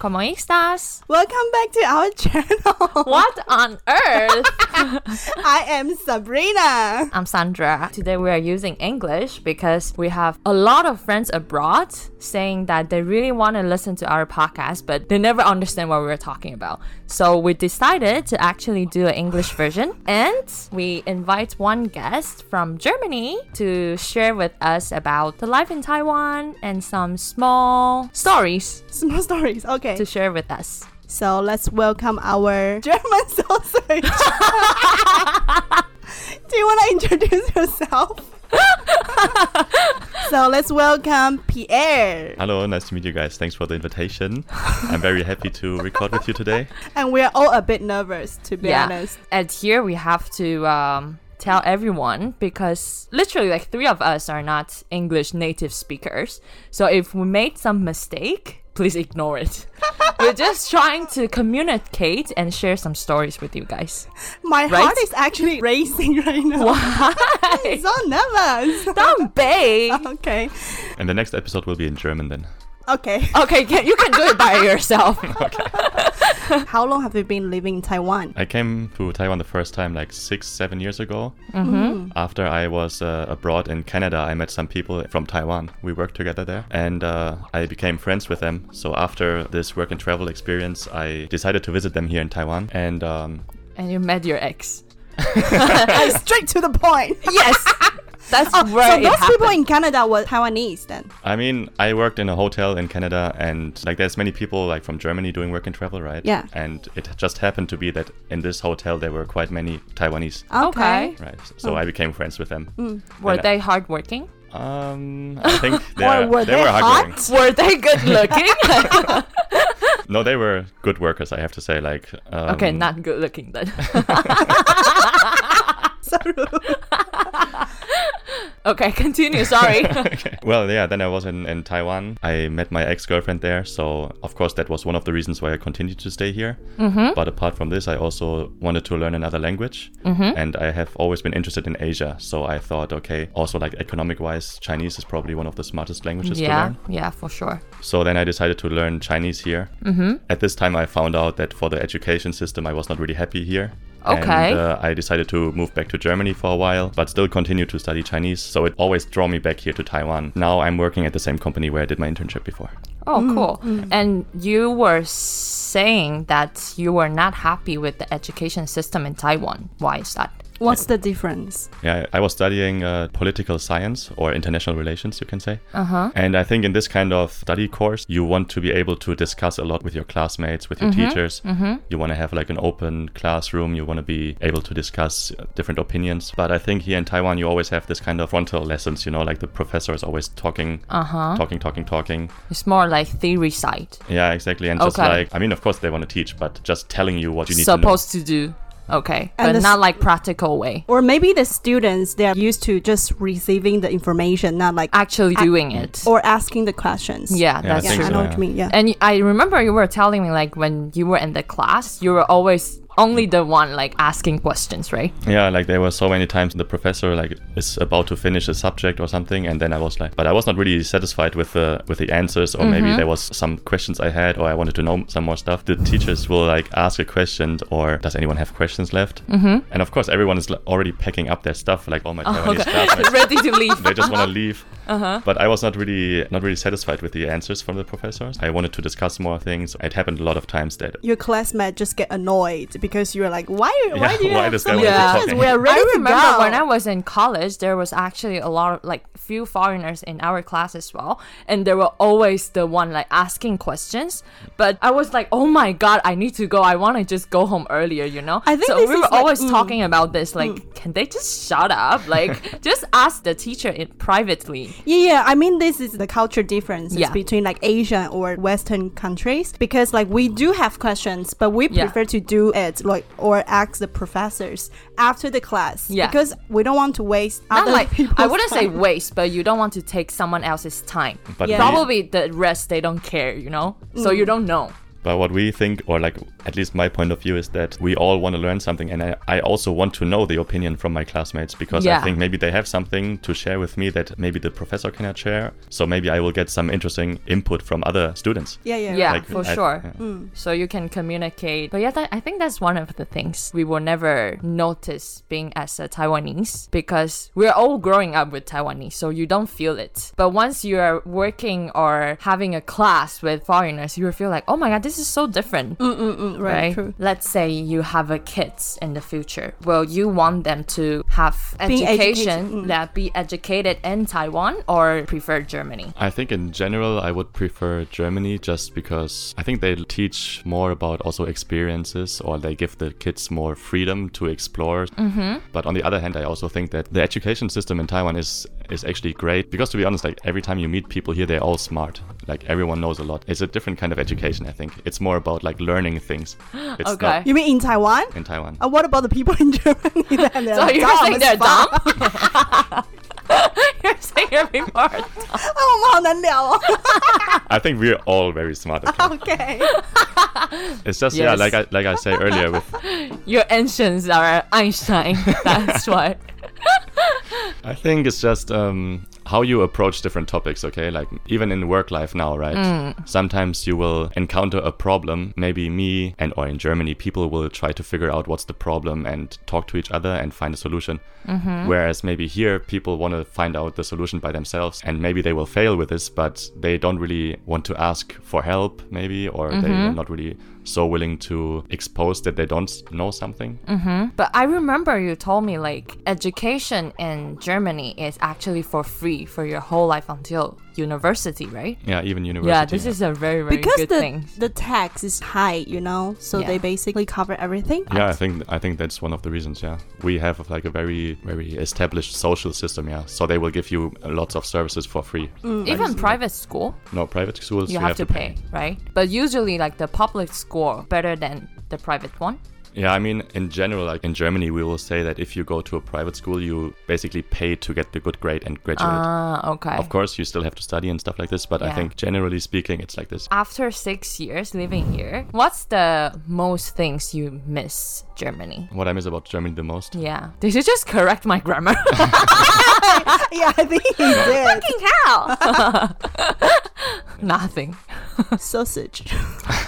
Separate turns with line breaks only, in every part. ¿Cómo estás?
Welcome back to our channel.
What on earth?
I am Sabrina.
I'm Sandra. Today we are using English because we have a lot of friends abroad saying that they really want to listen to our podcast, but they never understand what we were talking about. So we decided to actually do an English version and we invite one guest from Germany to share with us about the life in Taiwan and some small stories
Small stories. Okay.
to share with us.
So let's welcome our German sausage. Do you want to introduce yourself? so let's welcome Pierre.
Hello, nice to meet you guys. Thanks for the invitation. I'm very happy to record with you today.
And we're all a bit nervous, to be honest.
And here we have to um, tell everyone because literally like three of us are not English native speakers. So if we made some mistake, please ignore it. We're just trying to communicate and share some stories with you guys.
My
Right?
heart is actually racing right now.
Why?
So nervous.
Don't bake.
okay.
And the next episode will be in German then.
Okay.
Okay, can, you can do it by yourself.
How long have you been living in Taiwan?
I came to Taiwan the first time like six, seven years ago. After I was uh, abroad in Canada, I met some people from Taiwan. We worked together there and uh, I became friends with them. So after this work and travel experience, I decided to visit them here in Taiwan. And um,
And you met your ex.
Straight to the point.
Yes. That's where
Oh, so
it
those
happened.
people in Canada were Taiwanese then.
I mean, I worked in a hotel in Canada, and like there's many people like from Germany doing work and travel, right?
Yeah.
And it just happened to be that in this hotel there were quite many Taiwanese,
Okay.
right?
Oh.
So I became friends with them.
Mm.
Were
And-
they hardworking?
Um, I think they,
Or were
they
they
were
hot?
hardworking. Um,
Were they good looking?
No, they were good workers. I have to say, like. Um,
Okay, not good looking then.
So rude.
okay, continue. Sorry.
Well, yeah. Then I was in, in Taiwan. I met my ex-girlfriend there, so of course that was one of the reasons why I continued to stay here. Mm-hmm. But apart from this, I also wanted to learn another language, mm-hmm. and I have always been interested in Asia. So I thought, okay, also like economic-wise, Chinese is probably one of the smartest languages to
yeah,
learn.
yeah, for sure.
So then I decided to learn Chinese here. Mm-hmm. At this time, I found out that for the education system, I was not really happy here.
Okay.
And, uh, I decided to move back to Germany for a while, but still continue to study Chinese. So it always draw me back here to Taiwan. Now I'm working at the same company where I did my internship before.
Oh, cool. And you were saying that you were not happy with the education system in Taiwan. Why is that?
What's the difference?
Yeah, I was studying uh, political science or international relations, you can say. Uh-huh. And I think in this kind of study course, you want to be able to discuss a lot with your classmates, with your teachers. Mm-hmm. You want to have like an open classroom. You want to be able to discuss uh, different opinions. But I think here in Taiwan, you always have this kind of frontal lessons. You know, like the professor is always talking, uh-huh. talking, talking, talking.
It's more like theory side.
Yeah, exactly. And just
Okay.
like, I mean, of course they want to teach, but just telling you what you need to know.
Supposed to do. Okay.
And
but
this-
not like practical way.
Or maybe the students they are used to just receiving the information, not like
Actually doing it.
or asking the questions.
yeah,
Yeah, I
that's
yeah,
think
true.
I
so,
know what
yeah.
you mean. Yeah,
And I remember you were telling me like when you were in the class, you were always only the one like asking questions, right?
Yeah, like there were so many times the professor like is about to finish a subject or something, and then I was like, but I was not really satisfied with the with the answers, or maybe there was some questions I had, or I wanted to know some more stuff. The teachers will like ask a question, or does anyone have questions left? Mm-hmm. And of course, everyone is like, already packing up their stuff, like all my Taiwanese classmates.
Ready to leave.
They just want to leave, uh-huh. but I was not really not really satisfied with the answers from the professors. I wanted to discuss more things. It happened a lot of times that
your classmate just get annoyed because you're like, why? why do you?
why
have
does
so
that
many
one keep
questions?
talking?
We are ready
I remember
to go.
when I was in college, there was actually a lot of like few foreigners in our class as well, and they were always the one like asking questions. But I was like, oh my god, I need to go. I want to just go home earlier, you know.
I think
so.
this
We
is
were
like-
always
mm.
talking about this. Like, can they just shut up? Like, just ask the teacher it privately.
Yeah, yeah. I mean, this is the culture difference
Yeah.
between like Asian or Western countries because like we do have questions, but we
Yeah.
prefer to do it like or ask the professors after the class.
Yeah.
because we don't want to waste
Not
other
like I
people's
wouldn't say
time.
waste, but you don't want to take someone else's time.
But
Yeah. Mm.
we-
Probably the rest they don't care, you know. So you don't know.
But what we think, or like at least my point of view, is that we all want to learn something. And I, I also want to know the opinion from my classmates because
Yeah.
I think maybe they have something to share with me that maybe the professor cannot share. So maybe I will get some interesting input from other students.
Yeah, yeah.
Yeah,
right.
for
I-
sure.
yeah.
So you can communicate. But yeah, that, I think that's one of the things we will never notice being as a Taiwanese because we're all growing up with Taiwanese, so you don't feel it. But once you are working or having a class with foreigners, you will feel like, oh my god, this is so different.
Mm, right,
Right.
True.
Let's say you have a kids in the future. Well, you want them to have
Being educated, mm.
education, that be educated in Taiwan or prefer Germany.
I think in general, I would prefer Germany just because I think they teach more about also experiences or they give the kids more freedom to explore. Mm-hmm. But on the other hand, I also think that the education system in Taiwan is is actually great because to be honest, like every time you meet people here, they're all smart. Like everyone knows a lot. It's a different kind of education, I think. It's more about like learning things. It's
Okay. Oh.
You mean in Taiwan?
not in Taiwan.
Uh, what about the people in Germany? then? They're
So you're
dumb
saying
as
they're
fuck.
dumb? you're saying people are dumb.
Oh, 啊，我们好难聊哦。
I think we're all very smart. Okay?
Okay.
It's just yeah,
Yes.
like I like I say earlier with
Your ancients are Einstein. That's why.
I think it's just um, how you approach different topics, okay? Like, even in work life now, right?
Mm.
Sometimes you will encounter a problem. Maybe me and, or in Germany, people will try to figure out what's the problem and talk to each other and find a solution.
Mm-hmm.
Whereas maybe here, people want to find out the solution by themselves and maybe they will fail with this, but they don't really want to ask for help, maybe, or
Mm-hmm.
they're not really so willing to expose that they don't s- know something.
Mm. But I remember you told me like education in Germany is actually for free for your whole life until university, right?
Yeah, even university.
Yeah, this is a very very
Because
good
the
thing.
the tax is high, you know, so
Yeah.
they basically cover everything.
Yeah, I think I think that's one of the reasons. Yeah, we have like a very very established social system. Yeah, so they will give you lots of services for free.
Even private school,
No private schools.
Mm. you
we
have, to pay, right? But usually like the public school better than the private one.
Yeah, I mean in general, like in Germany, we will say that if you go to a private school, you basically pay to get the good grade and graduate.
Ah, okay.
of course, you still have to study and stuff like this, but I
Yeah.
think generally speaking, it's like this.
After six years living here, what's the most things you miss Germany?
What I miss about Germany the most.
Yeah. Did you just correct my grammar?
Yeah, I think he did.
How? Nothing.
Sausage.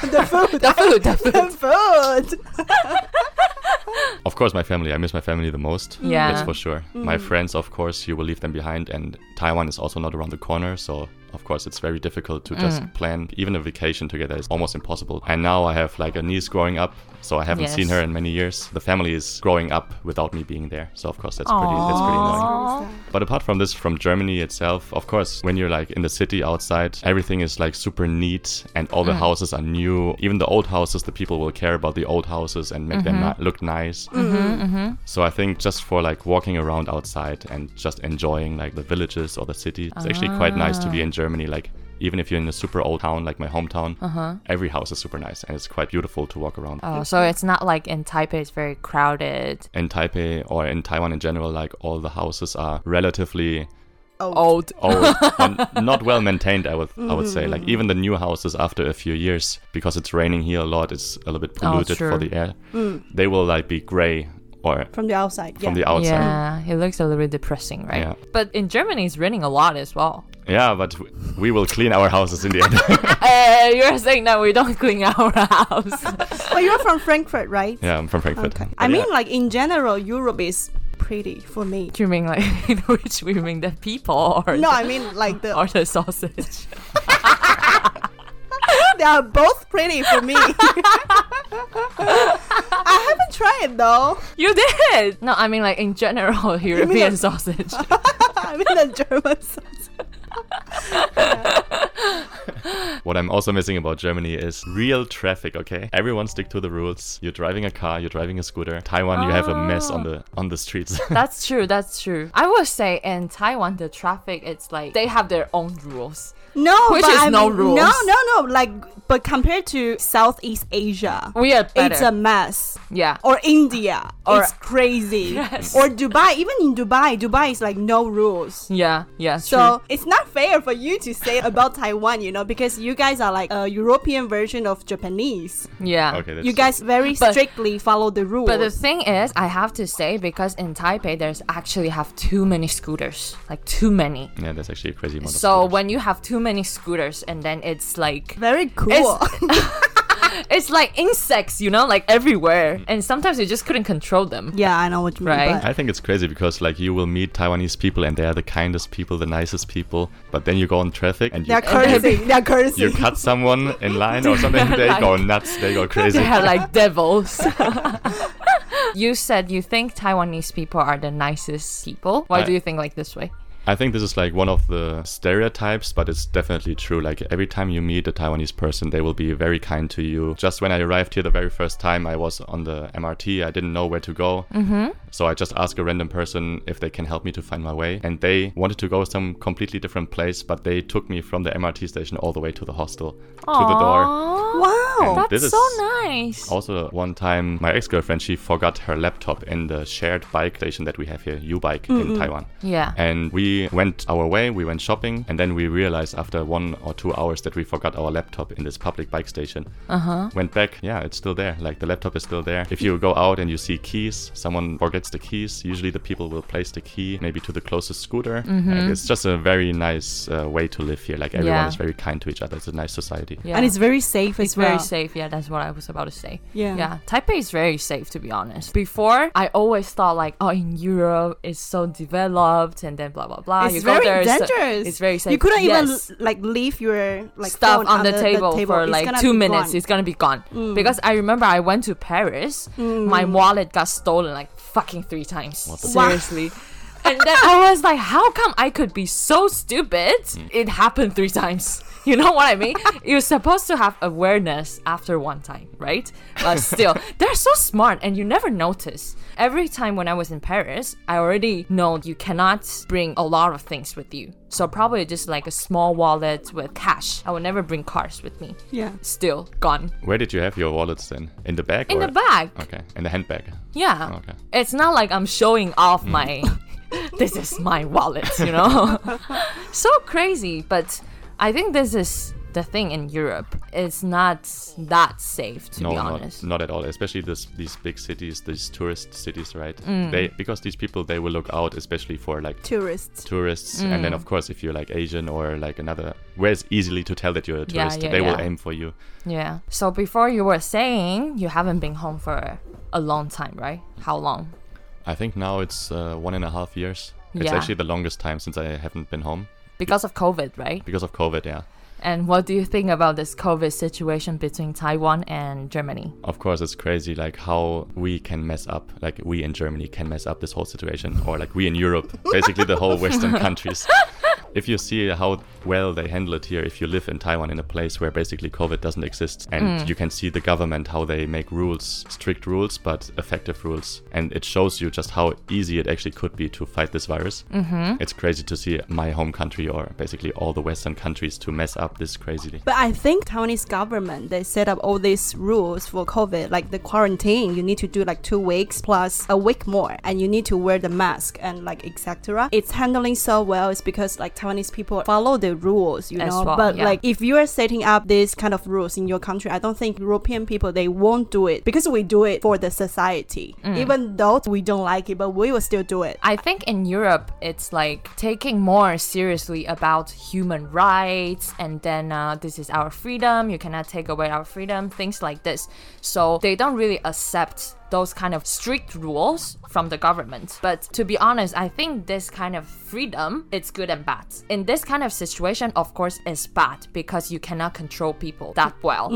the food.
The food, the food.
The food.
Of course, my family. I miss my family the most.
Mm. Yeah.
That's for sure. My friends, of course, you will leave them behind, and Taiwan is also not around the corner, so of course it's very difficult to just
Mm.
plan even a vacation together is almost impossible and now i have like a niece growing up so i haven't seen
Yes.
her in many years the family is growing up without me being there so of course that's pretty that's pretty annoying
Aw.
but apart from this, from Germany itself, of course, when you're like in the city outside, everything is like super neat and all the houses are new. Even the old houses, the people will care about the old houses and make them ni- look nice. So I think just for like walking around outside and just enjoying like the villages or the city, it's actually quite nice to be in Germany. Like, even if you're in a super old town like my hometown, every house is super nice and it's quite beautiful to walk around.
Oh, so it's not like in Taipei, it's very crowded.
in Taipei or in Taiwan in general, like all the houses are relatively
Old.
old or not well maintained i would i would say
Mm.
like even the new houses after a few years because it's raining here a lot it's a little bit
Oh,
polluted for
true.
the air
Mm.
they will like be gray or
From the outside.
from
yeah.
the outside
Yeah, it looks a little bit depressing, right?
Yeah.
But in Germany, it's raining a lot as well.
Yeah, but w- we will clean our houses in the end
uh, you're saying that we don't clean our house.
But you're from Frankfurt, right?
yeah i'm from frankfurt
Okay.
But
I
yeah,
mean, like in general, Europe is pretty for me.
you mean like in which we mean the people or,
No, I mean like the
or the sausage?
they are both pretty for me. I haven't tried it though.
You did! No, I mean like in general, European sausage.
I mean the German sausage.
what i'm also missing about germany is real traffic okay everyone stick to the rules you're driving a car you're driving a scooter taiwan you have a mess on
Oh.
the on the streets
That's true. That's true. I would say in Taiwan, the traffic, it's like they have their own rules.
No,
Which
but
is
I'm-
no
No,
rules.
no, no. Like, but compared to Southeast Asia,
We are better.
it's a mess.
yeah.
Or India,
Or-
it's crazy. Or Dubai, even in Dubai, Dubai is like no rules.
yeah, yeah.
So
true.
it's not fair for you to say about Taiwan, you know, because you guys are like a European version of Japanese.
yeah.
Okay, that's
You guys very
But-
strictly follow the rules.
But the thing is, I have to say because in Taipei, there's actually have too many scooters, like too many.
yeah, that's actually a crazy amount. of
So
scooters.
when you have too many scooters, and then it's like
very cool.
It's- it's like insects, you know, like
Mm.
everywhere, and sometimes you just couldn't control them.
yeah, I know what you mean.
Right.
but-
I think it's crazy because like you will meet Taiwanese people and they are the kindest people, the nicest people, but then you go on traffic and you,
They're cursing. They're cursing.
you cut someone in line or something, they go nuts, they go crazy.
They are like devils. you said you think Taiwanese people are the nicest people. Why
I-
do you think like this way?
I think this is like one of the stereotypes, but it's definitely true. Like every time you meet a Taiwanese person, they will be very kind to you. Just when I arrived here the very first time, I was on the MRT. I didn't know where to go. Mm-hmm. So I just asked a random person if they can help me to find my way. And they wanted to go some completely different place, but they took me from the MRT station all the way to the hostel, to the door.
Aw,
wow.
And
That's
This
so
is
nice.
Also, one time, my ex girlfriend, she forgot her laptop in the shared bike station that we have here, U Bike, in Taiwan.
Yeah.
And we went our way, we went shopping, and then we realized after one or two hours that we forgot our laptop in this public bike station. Uh
Uh-huh.
huh. Went back, yeah, it's still there. Like the laptop is still there. If you go out and you see keys, someone forgets the keys, usually the people will place the key maybe to the closest scooter. And it's just a very nice uh, way to live here. Like everyone
Mm-hmm. Yeah.
is very kind to each other. It's a nice society.
Yeah.
And it's very safe as
It's very
well.
safe. Yeah, that's what I was about to say.
Yeah.
Yeah. Taipei is very safe, to be honest. Before, I always thought, like, oh, in Europe, it's so developed and then blah, blah, blah.
It's
Ah, you
very
go there, it's-
dangerous.
It's, very safe.
You couldn't
Yes.
even like leave your like
stuff
phone
on the
under
table, for
It's
like
gonna
two
be
minutes.
gone. Mm.
It's gonna be gone. Because I remember I went to Paris, my wallet got stolen like fucking three times.
Wow.
Seriously. and then I was like, how come I could be so stupid? It happened three times. You know what I mean? You're supposed to have awareness after one time, right? But still, they're so smart and you never notice. Every time when I was in Paris, I already know you cannot bring a lot of things with you. So probably just like a small wallet with cash. I would never bring cars with me.
Yeah.
Still gone.
Where did you have your wallets then? In the bag?
In
or?
the bag.
Okay, in the handbag.
Yeah.
Okay.
It's not like I'm showing off my this is my wallet, you know. so crazy, but I think this is the thing in Europe. It's not that safe to be honest.
Not, not at all. Especially this, these big cities, these tourist cities, right?
Mm.
They because these people they will look out especially for like
tourists.
tourists, and
Mm.
then of course if you're like Asian or like another, where it's easily to tell that you're a
Yeah,
tourist,
yeah,
they will
yeah.
aim for you.
Yeah. So before you were saying you haven't been home for a long time, right? How long?
I think now it's uh, one and a half years. It's
Yeah.
actually the longest time since I haven't been home
Because of COVID, right?
because of COVID. Yeah.
And what do you think about this COVID situation between Taiwan and Germany?
Of course, it's crazy, like how we can mess up, like we in Germany can mess up this whole situation, or like we in Europe, basically the whole Western countries. If you see how well they handle it here, if you live in Taiwan in a place where basically COVID doesn't exist, and you can see the government how they make rules, strict rules, but effective rules, and it shows you just how easy it actually could be to fight this virus. Mm-hmm. It's crazy to see my home country or basically all the Western countries to mess up this crazily.
But I think Taiwanese government they set up all these rules for COVID, like the quarantine. You need to do like two weeks plus a week more, and you need to wear the mask and like etc. It's handling so well. It's because like Taiwanese people follow the rules, you
As
know.
well,
but
yeah.
like if you are setting up this kind of rules in your country, I don't think European people they won't do it because we do it for the society.
Mm.
Even though we don't like it, but we will still do it.
I think in Europe, it's like taking more seriously about human rights, and then uh, this is our freedom, you cannot take away our freedom, things like this. So they don't really accept those kind of strict rules from the government. But to be honest, I think this kind of freedom, it's good and bad. In this kind of situation, of course, it's bad because you cannot control people that well.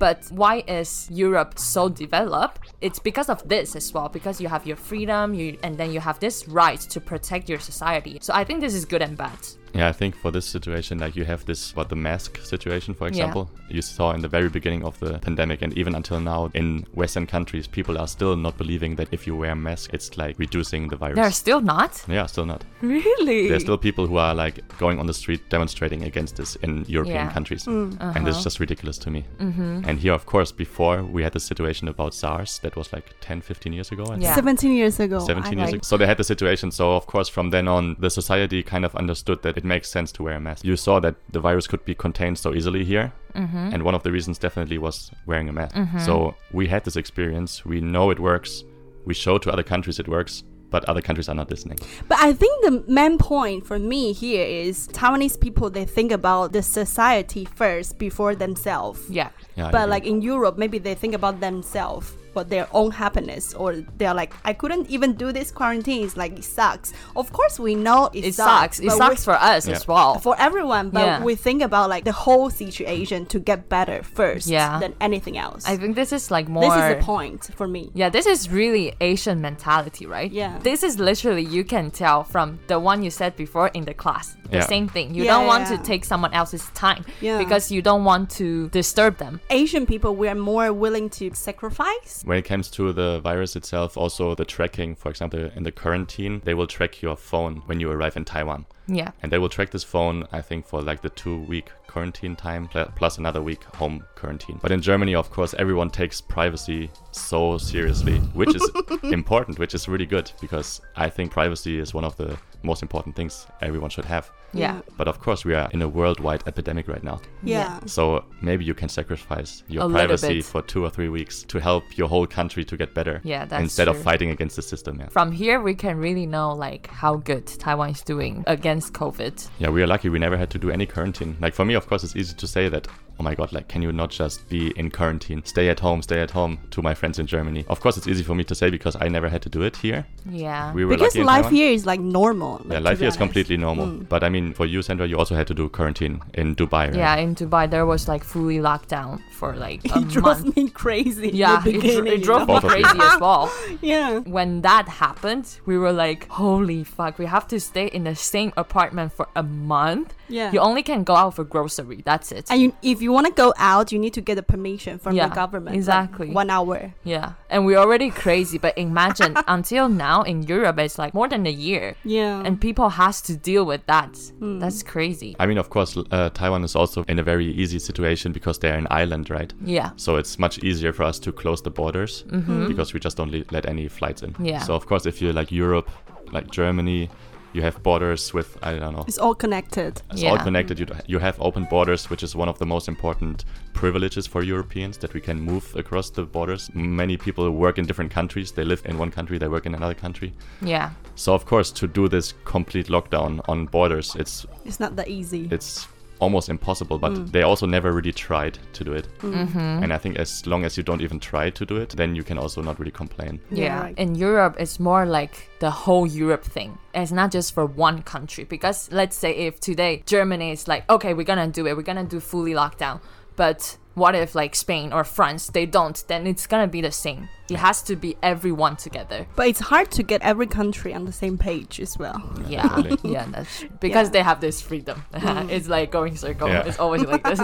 But why is Europe so developed? It's because of this as well, because you have your freedom, you and then you have this right to protect your society. So I think this is good and bad.
Yeah, I think for this situation, like you have this, what the mask situation, for example, you saw in the very beginning of the pandemic, and even until now in Western countries, people are still not believing that if you wear a mask, it's like reducing the virus.
They're still not?
yeah, still not.
Really?
There's still people who are like going on the street demonstrating against this in European
Yeah.
countries. And it's just ridiculous to me. And here, of course, before we had the situation about SARS that was like 10, 15 years ago, I think.
Yeah.
17 years ago.
17
I
years
like-
ago. So they had the situation. So, of course, from then on, the society kind of understood that it makes sense to wear a mask. You saw that the virus could be contained so easily here.
Mm-hmm.
And one of the reasons definitely was wearing a mask. So we had this experience. We know it works. We show to other countries it works. But other countries are not listening.
But I think the main point for me here is Taiwanese people they think about the society first before themselves.
yeah.
Yeah, I
But
agree.
like in Europe, maybe they think about themselves for their own happiness, or they're like, I couldn't even do this quarantine. It's like it sucks. Of course, we know it,
It sucks. It
but
sucks
we-
for us
Yeah.
as well.
for everyone. But
Yeah.
we think about like the whole situation to get better first,
Yeah.
than anything else.
I think this is like more.
this is the point for me.
Yeah, this is really Asian mentality, right?
Yeah.
This is literally you can tell from the one you said before in the class. The
Yeah.
same thing. You
Yeah,
don't want
yeah.
to take someone else's time
Yeah.
because you don't want to disturb them.
Asian people, we are more willing to sacrifice.
When it comes to the virus itself, also the tracking, for example, in the quarantine, they will track your phone when you arrive in Taiwan.
Yeah.
And they will track this phone, I think, for like the two week quarantine time pl- plus another week home quarantine. But in Germany, of course, everyone takes privacy so seriously, which is important, which is really good because I think privacy is one of the most important things everyone should have.
Yeah.
But of course, we are in a worldwide epidemic right now.
Yeah.
So maybe you can sacrifice your
A little
privacy
bit.
for two or three weeks to help your whole country to get better.
Yeah, that's
instead
true.
of fighting against the system. Yeah.
From here we can really know like how good Taiwan is doing against COVID.
Yeah, we are lucky we never had to do any quarantine. Like for me, of course, it's easy to say that. Oh my god, like can you not just be in quarantine? Stay at home, stay at home to my friends in Germany. Of course, it's easy for me to say because I never had to do it here.
Yeah.
We were
Because
lucky in
life
Taiwan.
here is like normal.
Yeah,
like,
life
to be
here is
honest. Mm.
completely normal. But I mean, for you, Sandra, you also had to do quarantine in Dubai, right?
yeah, in Dubai there was like fully lockdown for like a
It drove
month.
me crazy. in
Yeah,
the
it, dro-
beginning,
it drove me
Both of you.
crazy as well.
Yeah.
when that happened, we were like, holy fuck, we have to stay in the same apartment for a month.
Yeah.
You only can go out for grocery. That's it.
And you, if you want to go out, you need to get a permission from
Yeah,
the government. like,
exactly.
one hour.
yeah. And we're already crazy, but imagine until now in Europe, it's like more than a year.
Yeah. Hmm.
And people has to deal with that. That's crazy.
I mean, of course, uh, Taiwan is also in a very easy situation because they're an island, right?
Yeah.
So it's much easier for us to close the borders because we just don't le- let any flights in.
Mm-hmm. Yeah.
So of course, if you're like Europe, like Germany, you have borders with I don't know.
it's all connected.
It's all
Yeah.
connected. You, d- you have open borders, which is one of the most important privileges for Europeans that we can move across the borders. Many people work in different countries. They live in one country, they work in another country.
Yeah.
So of course, to do this complete lockdown on borders, it's
It's not that easy.
it's almost impossible but
Mm.
they also never really tried to do it and i think as long as you don't even try to do it then you can also not really complain
Yeah,
Yeah.
right.
In Europe, it's more like the whole Europe thing. It's not just for one country. Because let's say if today Germany is like, okay, we're gonna do it, we're gonna do fully lockdown. But what if like Spain or France, they don't? Then it's gonna be the same. It has to be everyone together.
but it's hard to get every country on the same page as well.
Yeah, yeah,
definitely.
that's because
Yeah.
they have this freedom.
Mm.
it's like going circle.
Yeah.
It's always like this.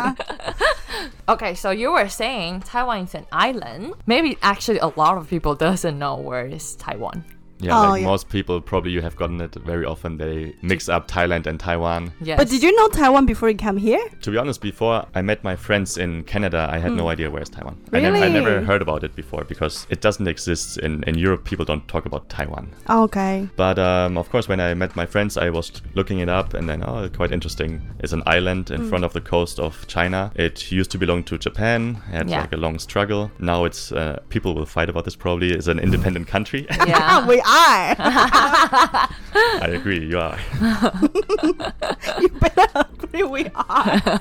okay, so you were saying Taiwan is an island. Maybe actually a lot of people doesn't know where is Taiwan.
yeah
Oh,
like
yeah.
most people probably you have gotten it very often they mix up thailand and taiwan
Yes.
But did you know Taiwan before you came here?
to be honest before i met my friends in canada i had no idea where's taiwan I, nev- I
Mm. Really?
never heard about it before because it doesn't exist in, in europe people don't talk about taiwan
Oh, Okay.
But um, of course, when I met my friends, I was looking it up, and then oh, quite interesting. It's an island in front of the coast of China. It used to belong to Japan. Had
Yeah.
like a long struggle. Now it's uh, people will fight about this probably. It's an independent country.
Yeah.
we are.
I agree. You are.
you better agree we are.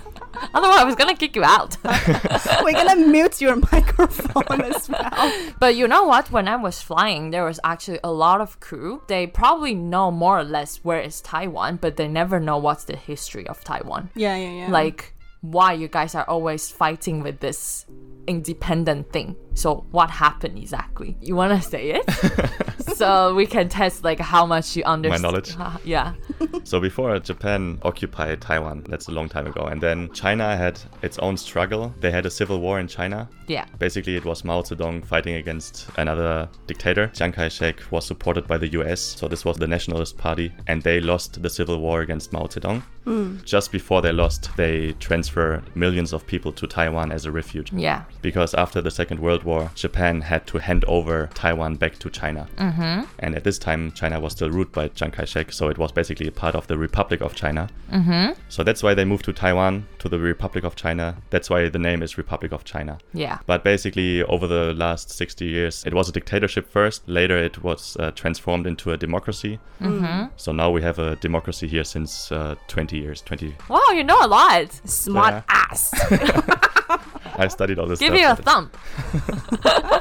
Otherwise, I was gonna kick you out.
We're gonna mute your microphone as well.
but you know what? When I was flying, there was actually a lot of crew. They probably know more or less where is Taiwan, but they never know what's the history of Taiwan.
Yeah, yeah, yeah.
Like why you guys are always fighting with this independent thing. So what happened exactly? You wanna say it? so we can test like how much you understand.
knowledge?
yeah.
so before uh, Japan occupied Taiwan, that's a long time ago, and then China had its own struggle. They had a civil war in China.
Yeah.
Basically, it was Mao Zedong fighting against another dictator. Chiang Kai shek was supported by the US, so this was the Nationalist Party, and they lost the civil war against Mao Zedong. Just before they lost, they transfer millions of people to Taiwan as a refuge.
Yeah.
Because after the Second World War, Japan had to hand over Taiwan back to China. Mm-hmm. And at this time, China was still ruled by Chiang Kai shek, so it was basically a part of the Republic of China. Mm-hmm. So that's why they moved to Taiwan, to the Republic of China. That's why the name is Republic of China.
Yeah.
But basically, over the last 60 years, it was a dictatorship first. Later, it was uh, transformed into a democracy. Mm-hmm. So now we have a democracy here since uh, 20 years. 20.
Wow, you know a lot.
Smart
Yeah.
ass.
I studied all this
Give
stuff.
you a
at the-
thump.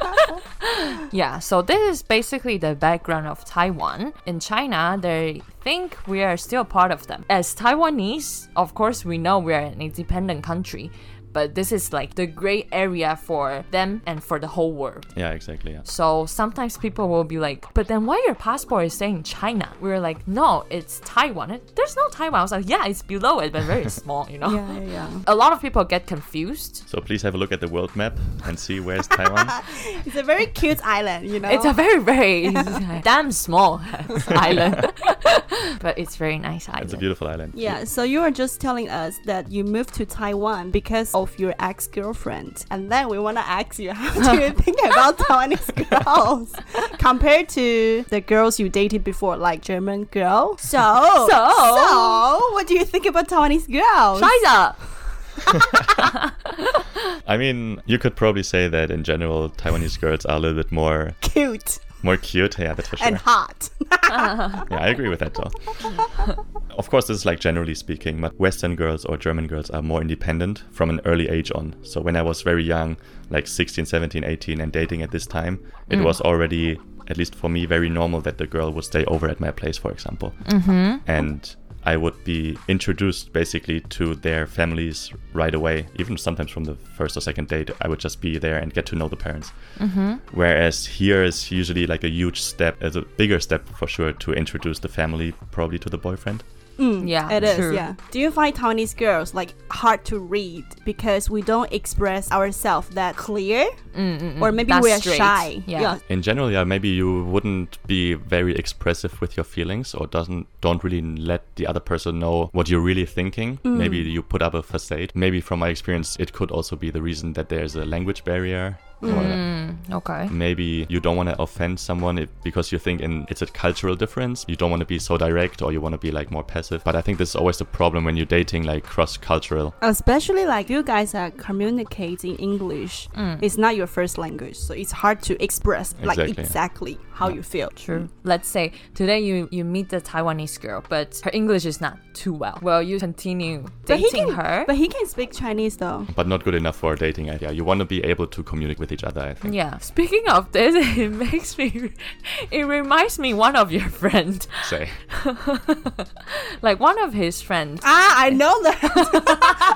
yeah, so this is basically the background of Taiwan. In China, they think we are still part of them. As Taiwanese, of course, we know we are an independent country, but this is like the gray area for them and for the whole world.
Yeah, exactly. Yeah.
So sometimes people will be like, but then why your passport is saying China? We were like, no, it's Taiwan. It- There's no Taiwan. I was like, yeah, it's below it, but very small, you know?
yeah, yeah.
A lot of people get confused.
So please have a look at the world map and see where's Taiwan.
It's a very cute island, you know.
It's a very, very damn small island, but it's very nice
It's a
island.
beautiful island.
yeah, so you are just telling us that you moved to Taiwan because of your ex girlfriend. And then we want to ask you how do you think about Taiwanese girls compared to the girls you dated before, like German girl? So,
So?
so what do you think about Taiwanese girls?
China.
I mean, you could probably say that in general, Taiwanese girls are a little bit more
Cute
more cute. Yeah, that's for sure.
and hot.
Yeah, I agree with that though. of course, this is like generally speaking, but Western girls or German girls are more independent from an early age on. So when I was very young, like 16, 17, 18, and dating at this time, it was already, at least for me, very normal that the girl would stay over at my place, for example. And I would be introduced basically to their families right away, even sometimes from the first or second date. I would just be there and get to know the parents. Whereas here is usually like a huge step, as a bigger step for sure, to introduce the family probably to the boyfriend.
Yeah,
It is,
true.
yeah. Do you find Taiwanese girls like hard to read because we don't express ourselves that clear,
Mm,
or maybe
That's
we are
straight,
shy?
yeah.
In general, yeah, maybe you wouldn't be very expressive with your feelings or doesn't don't really let the other person know what you're really thinking. Maybe you put up a facade. Maybe from my experience, it could also be the reason that there's a language barrier.
Mm.
Or
Okay.
Mm. maybe you don't want to offend someone if, because you think in, it's a cultural difference. You don't want to be so direct or you want to be like more passive. But I think this is always the problem when you're dating like cross cultural
Especially like you guys are communicating English. It's not your first language, so it's hard to express like
Exactly.
exactly how you feel.
True. Let's say today you you meet the Taiwanese girl, but her English is not too well. Well, you continue
But he
dating
can,
her.
but he can speak Chinese though.
but not good enough for a dating idea. You want to be able to communicate with each other, I think.
Yeah. Speaking of this, it makes me, it reminds me one of your friend,
Say.
like one of his friends.
Ah, I know that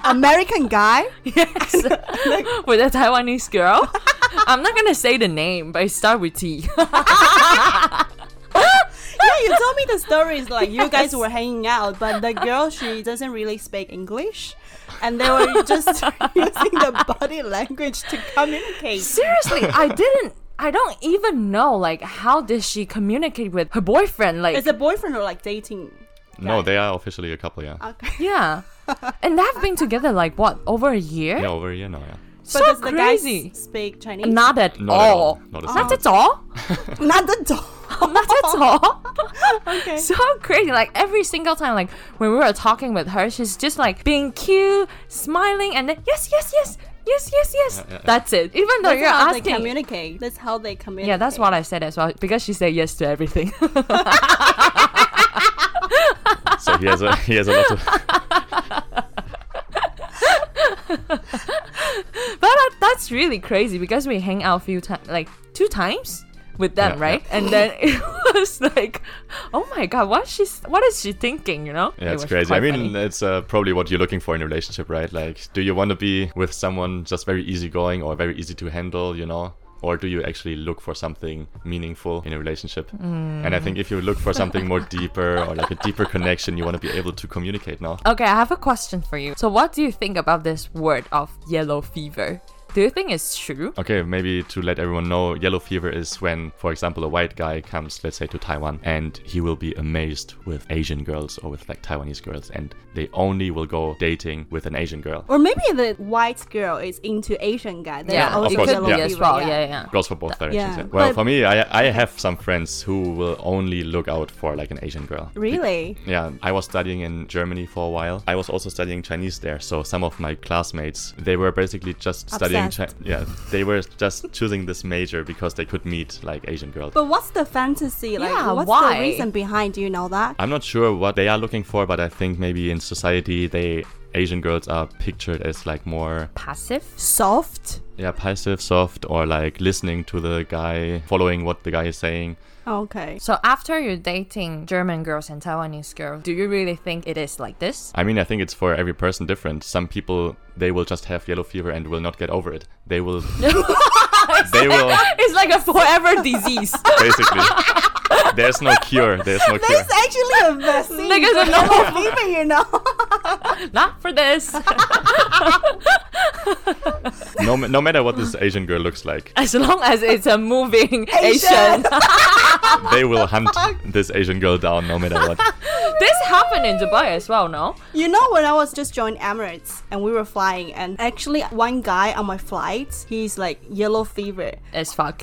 American guy.
Yes. with a Taiwanese girl. I'm not gonna say the name, but it start with T.
Yeah, you told me the stories like you guys were hanging out, but the girl she doesn't really speak English, and they were just using the body language to communicate.
Seriously, I didn't. I don't even know like how did she communicate with her boyfriend? Like
Is a boyfriend or like dating?
No, they are officially a couple, yeah.
Okay.
yeah, and they've been together like what over a year?
Yeah, over a year now, yeah.
So
but does the guy
crazy.
s- speak Chinese?
Not at
Not at all.
all.
Not at
Not at
all.
all.
Not the dog.
Not at all.
Okay.
so crazy. Like every single time, like when we were talking with her, she's just like being cute, smiling, and then yes, yes, yes, yes, yes, yes.
yeah, yeah.
That's it. Even though
That's
you're
how they
asking.
communicate. That's how they communicate.
Yeah, that's what I said as well because she said yes to everything.
So he has a he has a lot of
But Oh, that, that's really crazy because we hang out a few times, like two times with them,
Yeah,
right? And then it was like, oh my god, what she's, what is she thinking? You know?
Yeah,
It
it's
was
crazy. I
quite
mean,
funny.
it's uh, probably what you're looking for in a relationship, right? Like, do you want to be with someone just very easygoing or very easy to handle, you know? Or do you actually look for something meaningful in a relationship? And I
Mm.
think if you look for something more deeper or like a deeper connection, you want to be able to communicate now.
Okay, I have a question for you. So, what do you think about this word of yellow fever? Do you think it's true?
Okay, maybe to let everyone know, yellow fever is when, for example, a white guy comes, let's say, to Taiwan, and he will be amazed with Asian girls or with like Taiwanese girls, and they only will go dating with an Asian girl.
Or maybe the white girl is into Asian guy. They
yeah,
are
of
also
it
course,
could be
yeah.
as well. Yeah,
Yeah.
yeah.
Girls for both directions.
yeah.
yeah. Well,
But-
for me, I, I have some friends who will only look out for like an Asian girl.
Really?
Yeah, I was studying in Germany for a while. I was also studying Chinese there, so some of my classmates they were basically just studying. Chi-
Obsessed.
yeah, they were just choosing this major because they could meet like Asian girls.
But what's the fantasy? Like,
Yeah,
what's
why?
the reason behind? Do you know that?
I'm not sure what they are looking for, but I think maybe in society they Asian girls are pictured as like more
Passive?
Soft?
yeah passive, soft, or like listening to the guy, following what the guy is saying.
Okay.
So after you're dating German girls and Taiwanese girls, do you really think it is like this?
I mean, I think it's for every person different. Some people they will just have yellow fever and will not get over it. They will. they will
It's like a forever disease.
basically. There's no cure. There's no cure.
There's actually a vaccine.
Niggas
for
are not-
yellow fever, you know.
Not for this.
No, ma- no matter what this Asian girl looks like,
As long as it's a moving Asian.
Asian.
they will hunt this Asian girl down no matter what.
this happened in Dubai as well, no?
You know, when I was just joined Emirates and we were flying, and actually one guy on my flight, he's like yellow fever
As fuck.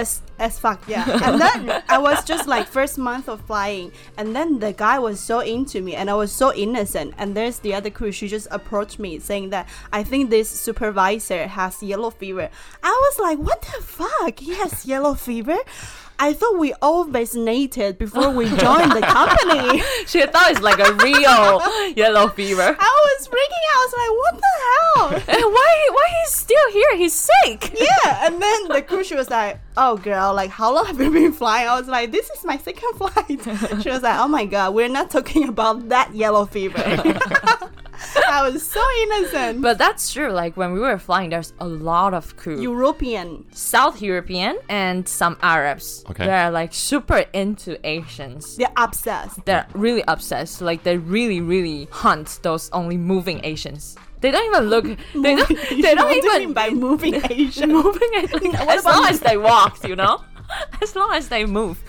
as as fuck, yeah. and then I was just like first month of flying, and then the guy was so into me, and I was so innocent. And there's the other crew, she just approached me saying that I think this supervisor has yellow fever. I was like, what the fuck? He has yellow fever. I thought we all vaccinated before we joined the company.
She thought it's like a real yellow fever.
I was freaking out. I was like, what the
And
hell?
why why he's still here? He's sick.
yeah. And then the crew, she was like, oh, girl, like, how long have you been flying? I was like, this is my second flight. She was like, oh my God, we're not talking about that yellow fever. I was so innocent.
But that's true. Like when we were flying, there's a lot of crew.
European.
South European and some Arabs.
Okay.
They're like super into Asians.
They're obsessed.
They're really obsessed. Like they really, really hunt those only moving Asians. They don't even look. They don't. They
What
don't
do you
even
mean by moving Asian.
moving Asians. As long as they walk, you know. as long as they move,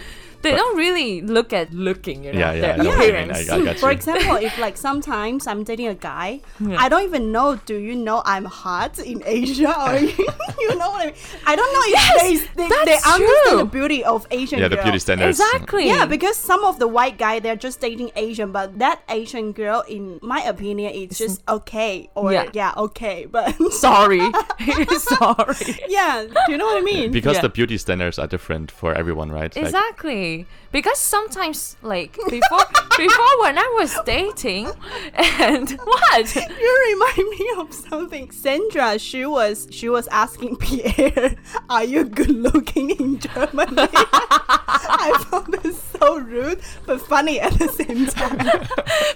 they don't really look at looking. You know,
Yeah, yeah, I
their
know what you mean.
appearance.
I got
For
you.
example, if like sometimes I'm dating a guy, I don't even know. Do you know I'm hot in Asia? Or you know what I mean? I don't know if they, they, they
that's
understand the
true.
beauty of Asian.
Yeah, the
girl.
beauty standards.
Exactly.
Yeah, because some of the white guy they're just dating Asian, but that Asian girl, in my opinion, is just okay or
Yeah.
yeah, okay, but
sorry, sorry.
yeah, do you know what I mean?
Because
Yeah.
the beauty standards are different for everyone, right? Like,
Exactly. Because sometimes like before before when I was dating and what?
you remind me of something. Sandra, she was she was asking Pierre, "Are you good looking in Germany?" I found this so rude but funny at the same time.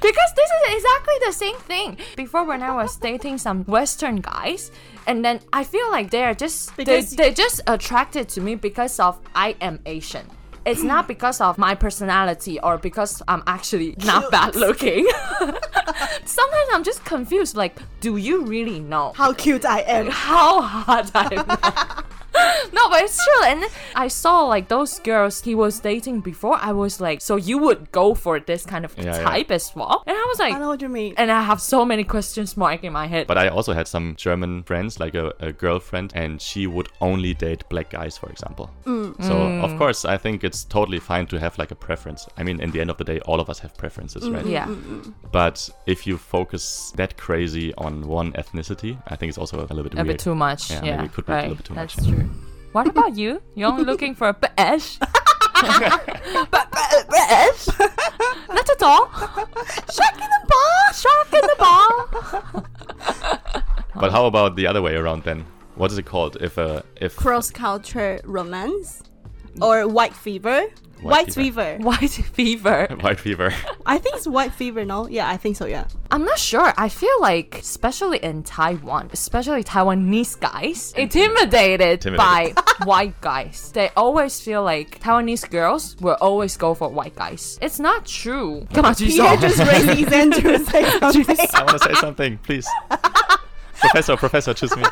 Because this is exactly the same thing. Before when I was dating some western guys and then I feel like they're just they,
Because-
they're just attracted to me because of I am Asian. It's not because of my personality or because I'm actually not
Cute.
bad looking. Sometimes I'm just confused like do you really know
How cute I am!
how hard I am. no, but it's true. And then I saw like those girls he was dating before. I was like, so you would go for this kind of
Yeah, yeah.
type as well? And I was
I know
like,
what you mean.
and I have so many questions mark in my head.
But I also had some German friends, like a, a girlfriend, and she would only date black guys, for example.
Mm.
So, of course, I think it's totally fine to have like a preference. I mean, in the end of the day, all of us have preferences, right?
Mm, yeah,
But if you focus that crazy on one ethnicity, I think it's also a little bit
a
weird.
bit too much.
Yeah,
Yeah,
maybe it could be a
right.
little bit too much.
That's true. What about you? You're only looking for a bash. bash? Not at all. Shark in the ball. Shark in the ball.
But how about the other way around then? What is it called? uh, If a if
Cross culture romance. or white fever. White,
fever.
fever.
White fever.
White fever.
I think it's white fever, no? Yeah, I think so, yeah.
I'm not sure. I feel like, especially in Taiwan, especially Taiwanese guys, Mm-hmm. intimidated, by white guys. They always feel like Taiwanese girls will always go for white guys. It's not true. Come on,
Peter just raised his hand to say something.
I want to say something, please. professor, professor, choose me.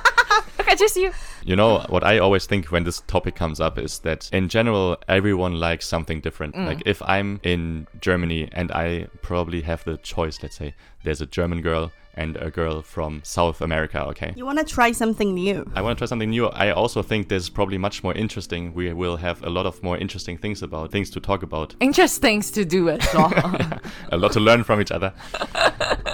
Okay, just you.
You know, what I always think when this topic comes up is that in general, everyone likes something different. Like, if I'm in Germany and I probably have the choice, let's say, there's a German girl and a girl from South America, okay?
You want to try something new.
I want to try something new. I also think there's probably much more interesting. We will have a lot of more interesting things about, things to talk about,
Interesting to do as well.
a lot to learn from each other.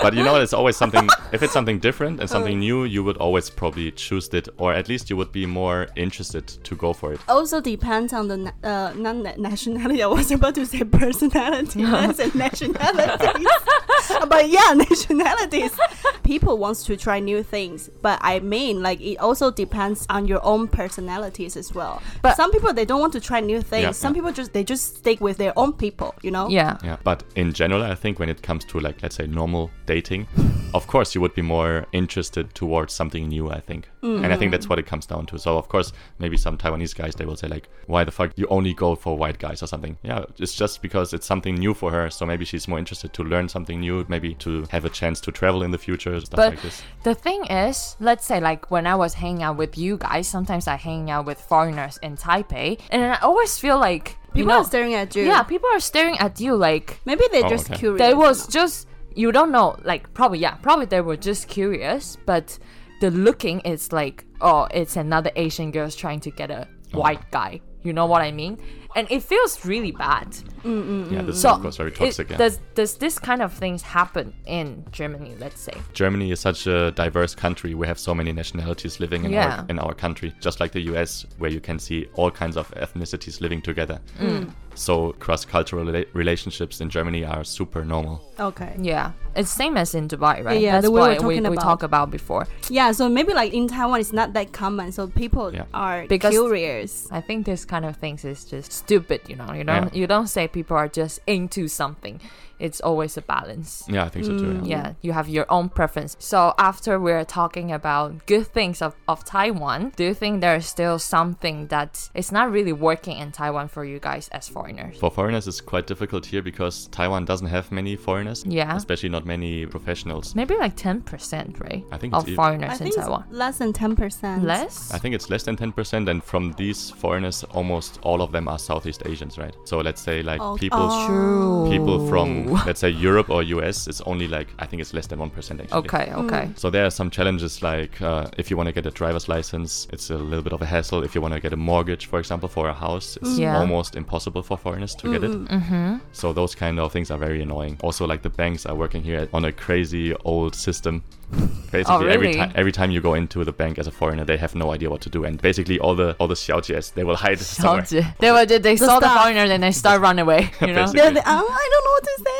But you know, it's always something, if it's something different and something new, you would always probably choose it, or at least you would be more interested to go for it.
Also depends on the na- uh, not na- nationality. I was about to say personality. I said nationalities. but yeah, nationalities. People wants to try new things, but I mean, like it also depends on your own personalities as well.
But-
But some people they don't want to try new things.
Yeah,
some
yeah.
people just they just stick with their own people. You know.
yeah.
Yeah, but in general, I think when it comes to like let's say normal dating, of course you would be more interested towards something new. I think, and I
Mm.
think that's what it comes down to. So of course, maybe some Taiwanese guys they will say like, "Why the fuck you only go for white guys or something?" Yeah, it's just because it's something new for her. So maybe she's more interested to learn something new, maybe to have a chance to travel in the future, stuff
But
like this.
the thing is, let's say like when I was hanging out with you guys, sometimes I hang out with foreigners in Taipei, and I always feel like you
People
know,
are staring at you.
Yeah, people are staring at you like
Maybe they're
Oh,
just
okay.
curious.
they
you
was
know.
just you don't know like probably yeah probably they were just curious, but the looking is like oh it's another Asian girl trying to get a
Oh.
white guy. You know what I mean? And it feels really bad.
Yeah, this
So
is of course very
it-
toxic. yeah.
does does this kind of things happen in Germany? Let's say.
Germany is such a diverse country. We have so many nationalities living in,
Yeah.
our, in our country, just like the US, where you can see all kinds of ethnicities living together.
Mm.
So cross cultural rela- relationships in Germany are super normal.
okay.
Yeah, it's same as in Dubai, right?
Yeah,
That's
the way
what
we're
we,
talking
we
about.
talked about before.
Yeah, so maybe like in Taiwan, it's not that common, so people
Yeah.
are
Because-
curious.
I think this kind of things is just stupid, you know. You don't
Yeah.
you don't say people are just into something. It's always a balance.
Yeah, I think so too. yeah.
Mm, Yeah, you have your own preference. So after we're talking about good things of, of Taiwan, do you think there's still something that it's not really working in Taiwan for you guys as foreigners?
For foreigners, it's quite difficult here because Taiwan doesn't have many foreigners,
Yeah.
especially not many professionals.
Maybe like ten percent, right?
I think
of
it's ev-
foreigners
I
in
think it's
Taiwan.
less than 10%.
Less?
I think it's less than 10%, and from these foreigners, almost all of them are Southeast Asians, right? So let's say like
Oh,
people
True.
people from let's say Europe or US, it's only like I think it's less than 1% actually.
Okay, okay.
So there are some challenges like uh, if you want to get a driver's license, it's a little bit of a hassle. If you want to get a mortgage, for example, for a house, it's
Yeah.
almost impossible for foreigners to get it. Mm-hmm. So those kind of things are very annoying. Also, like the banks are working here on a crazy old system. Basically,
Oh,
every
really?
time every time you go into the bank as a foreigner, they have no idea what to do, and basically all the all the xiaojies they will hide somewhere.
They were they saw the
staff.
foreigners and they start run away. You know.
Basically.
They're the, oh, I don't know what to say.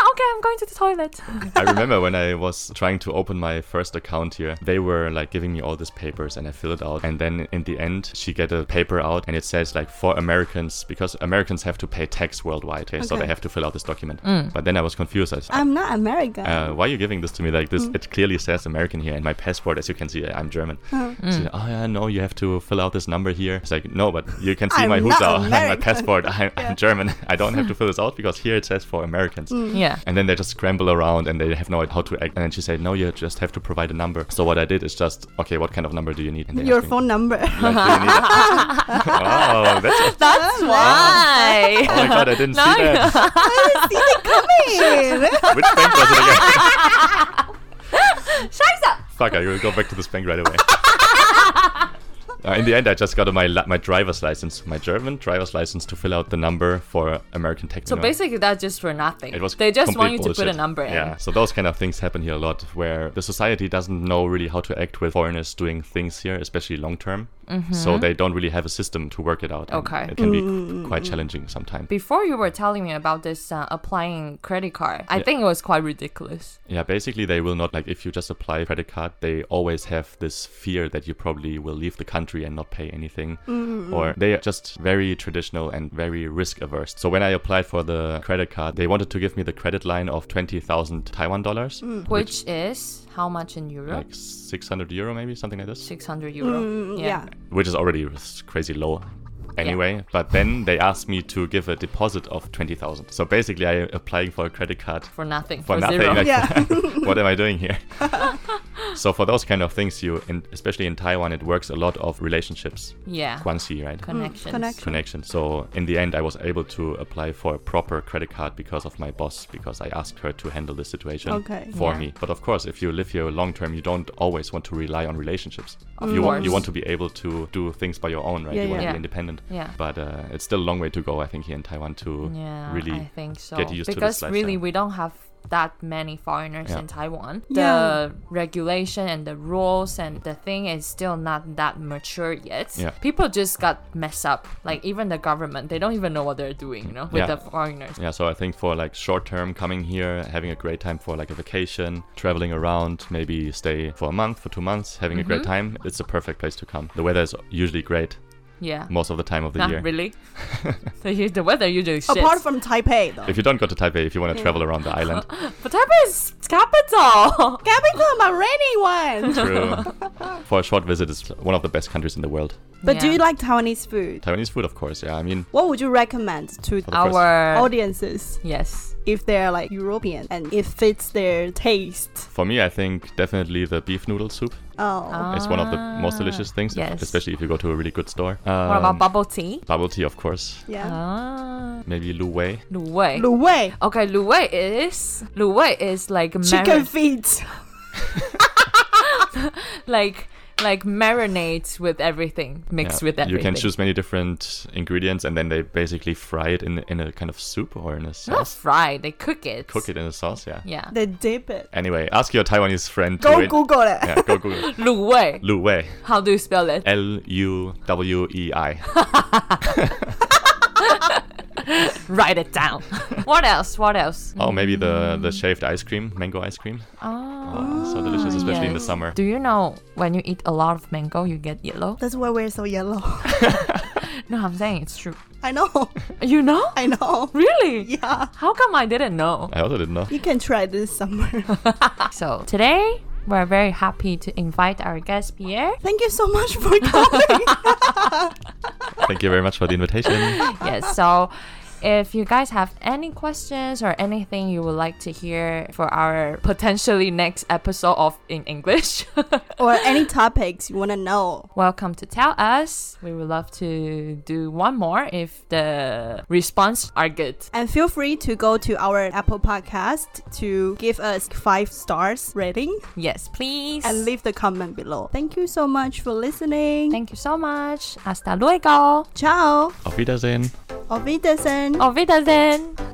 know. Okay, I'm going to the toilet.
I remember when I was trying to open my first account here, they were like giving me all these papers and I filled it out. And then in the end, she get a paper out and it says like for Americans, because Americans have to pay tax worldwide. Okay,
Okay.
So
Mm.
they have to fill out this document. But then I was confused. I was,
I'm Mm. not American.
uh, why are you giving this to me like this? It clearly says American here, and my passport, as you can see, I'm German.
Mm.
She said, oh yeah, no, you have to fill out this number here. It's like no, but you can see
I'm
my
not
Husa and my
American.
passport. I, I'm German. I don't have to fill this out because here it says for Americans.
Mm.
yeah.
And then they just scramble around and they have no idea how to act. And then she said, No, you just have to provide a number. So what I did is just, okay, what kind of number do you need? And they
Your
asked me,
phone number.
like, "Do you need a-" oh, that's.
That's why.
Oh my god, I didn't
Now
see that.
Coming.
Which bank was it again?
Shut up.
Fuck, I will go back to this bank right away. Uh, in the end, I just got my li- my driver's license, my German driver's license, to fill out the number for American tax.
So basically, that's just for nothing.
It was
they just
complete
want you to put a
bullshit.
number in.
Yeah, so those kind of things happen here a lot, where the society doesn't know really how to act with foreigners doing things here, especially long term. So they don't really have a system to work it out. and
Mm-hmm. Okay.
It can be quite challenging sometimes.
Before you were telling me about this uh, applying credit card, I think it was quite ridiculous.
Yeah, basically they will not like if you just apply a credit card, they always have this fear that you probably will leave the country and not pay anything. Or they are just very traditional and very risk averse. So when I applied for the credit card, they wanted to give me the credit line of 20,000 Taiwan dollars,
Which is how much in euro?
like 600 euro maybe, something like this,
600 euro.
Mm, yeah.
which is already s- crazy low. Anyway, but then they asked me to give a deposit of 20,000. So basically I applying for a credit card
For nothing.
for nothing.
zero.
like,
Yeah.
what am I doing here? so for those kind of things, you and especially in Taiwan, it works a lot of relationships,
yeah.
guanxi, right?
Connections.
Mm, Connection.
Connection. So in the end, I was able to apply for a proper credit card because of my boss, because I asked her to handle the situation
Okay.
for
Yeah.
me. But of course, if you live here long term, you don't always want to rely on relationships.
Of
you want you
course.
want to be able to do things by your own, right?
Yeah,
you want
yeah.
to
Yeah.
be independent.
Yeah.
But uh, it's still a long way to go, I think, here in Taiwan to
Yeah,
really
I think so.
get used to this
because really,
lifestyle.
we don't have that many foreigners
Yeah.
in Taiwan. The
Yeah.
regulation and the rules and the thing is still not that mature yet.
Yeah.
People just got messed up. Like even the government, they don't even know what they're doing. You know, with
Yeah.
the foreigners.
Yeah, so I think for like short term coming here, having a great time for like a vacation, traveling around, maybe stay for a month, for two months, having a great
Mm-hmm.
time, it's a perfect place to come. The weather is usually great
Yeah.
most of the time of the
Not
year.
really. the, u- the weather usually shit.
Apart from Taipei, though.
If you don't go to Taipei, if you want to travel around the island,
but Taipei is capital.
Capital, my rainy one.
true. for a short visit, it's one of the best countries in the world.
but do
Yeah.
you like Taiwanese food?
Taiwanese food, of course. Yeah, I mean,
What would you recommend to
For the first-
Our
audiences
yes.
if they're like European and it fits their taste?
for me, I think definitely the beef noodle soup
Oh,
is one of the most delicious
Ah,
things,
yes.
especially if you go to a really good store.
What about
Um,
bubble tea?
bubble tea? Of course,
yeah.
Ah,
maybe lu wei.
Lu Wei.
The way
Okay, Lu Wei is Lu Wei is like
chicken
mari-
feet.
like like marinate with everything mixed
Yeah,
with everything.
You can choose many different ingredients, and then they basically fry it in in a kind of soup or in a
not
sauce.
fry. They cook it.
Cook it in a sauce, yeah.
Yeah.
They dip it.
Anyway, ask your Taiwanese friend. to
Go
in-
Google it.
Yeah, go Google.
Lu Wei.
Lu Wei,
How do you spell it?
L U W E I.
Write it down. what else? What else?
Oh, maybe the the shaved ice cream, mango ice cream. Oh, so delicious, especially in the
Ah, yes.
summer.
Ah. Do you know when you eat a lot of mango, you get yellow?
That's why we're so yellow.
No, I'm saying it's true.
I know.
You know?
I know.
Really?
Yeah.
How come I didn't know?
I also didn't know.
You can try this summer.
So today we're very happy to invite our guest Pierre.
Thank you so much for coming.
Thank you very much for the invitation.
yes. So if you guys have any questions or anything you would like to hear for our potentially next episode of In English,
or any topics you want to know.
welcome to tell us. We would love to do one more if the response are good.
And feel free to go to our Apple Podcast to give us five stars rating
Yes, please.
and leave the comment below. Thank you so much for listening.
Thank you so much. Hasta luego.
Ciao.
Auf Wiedersehen.
Auf Wiedersehen.
Auf Wiedersehen.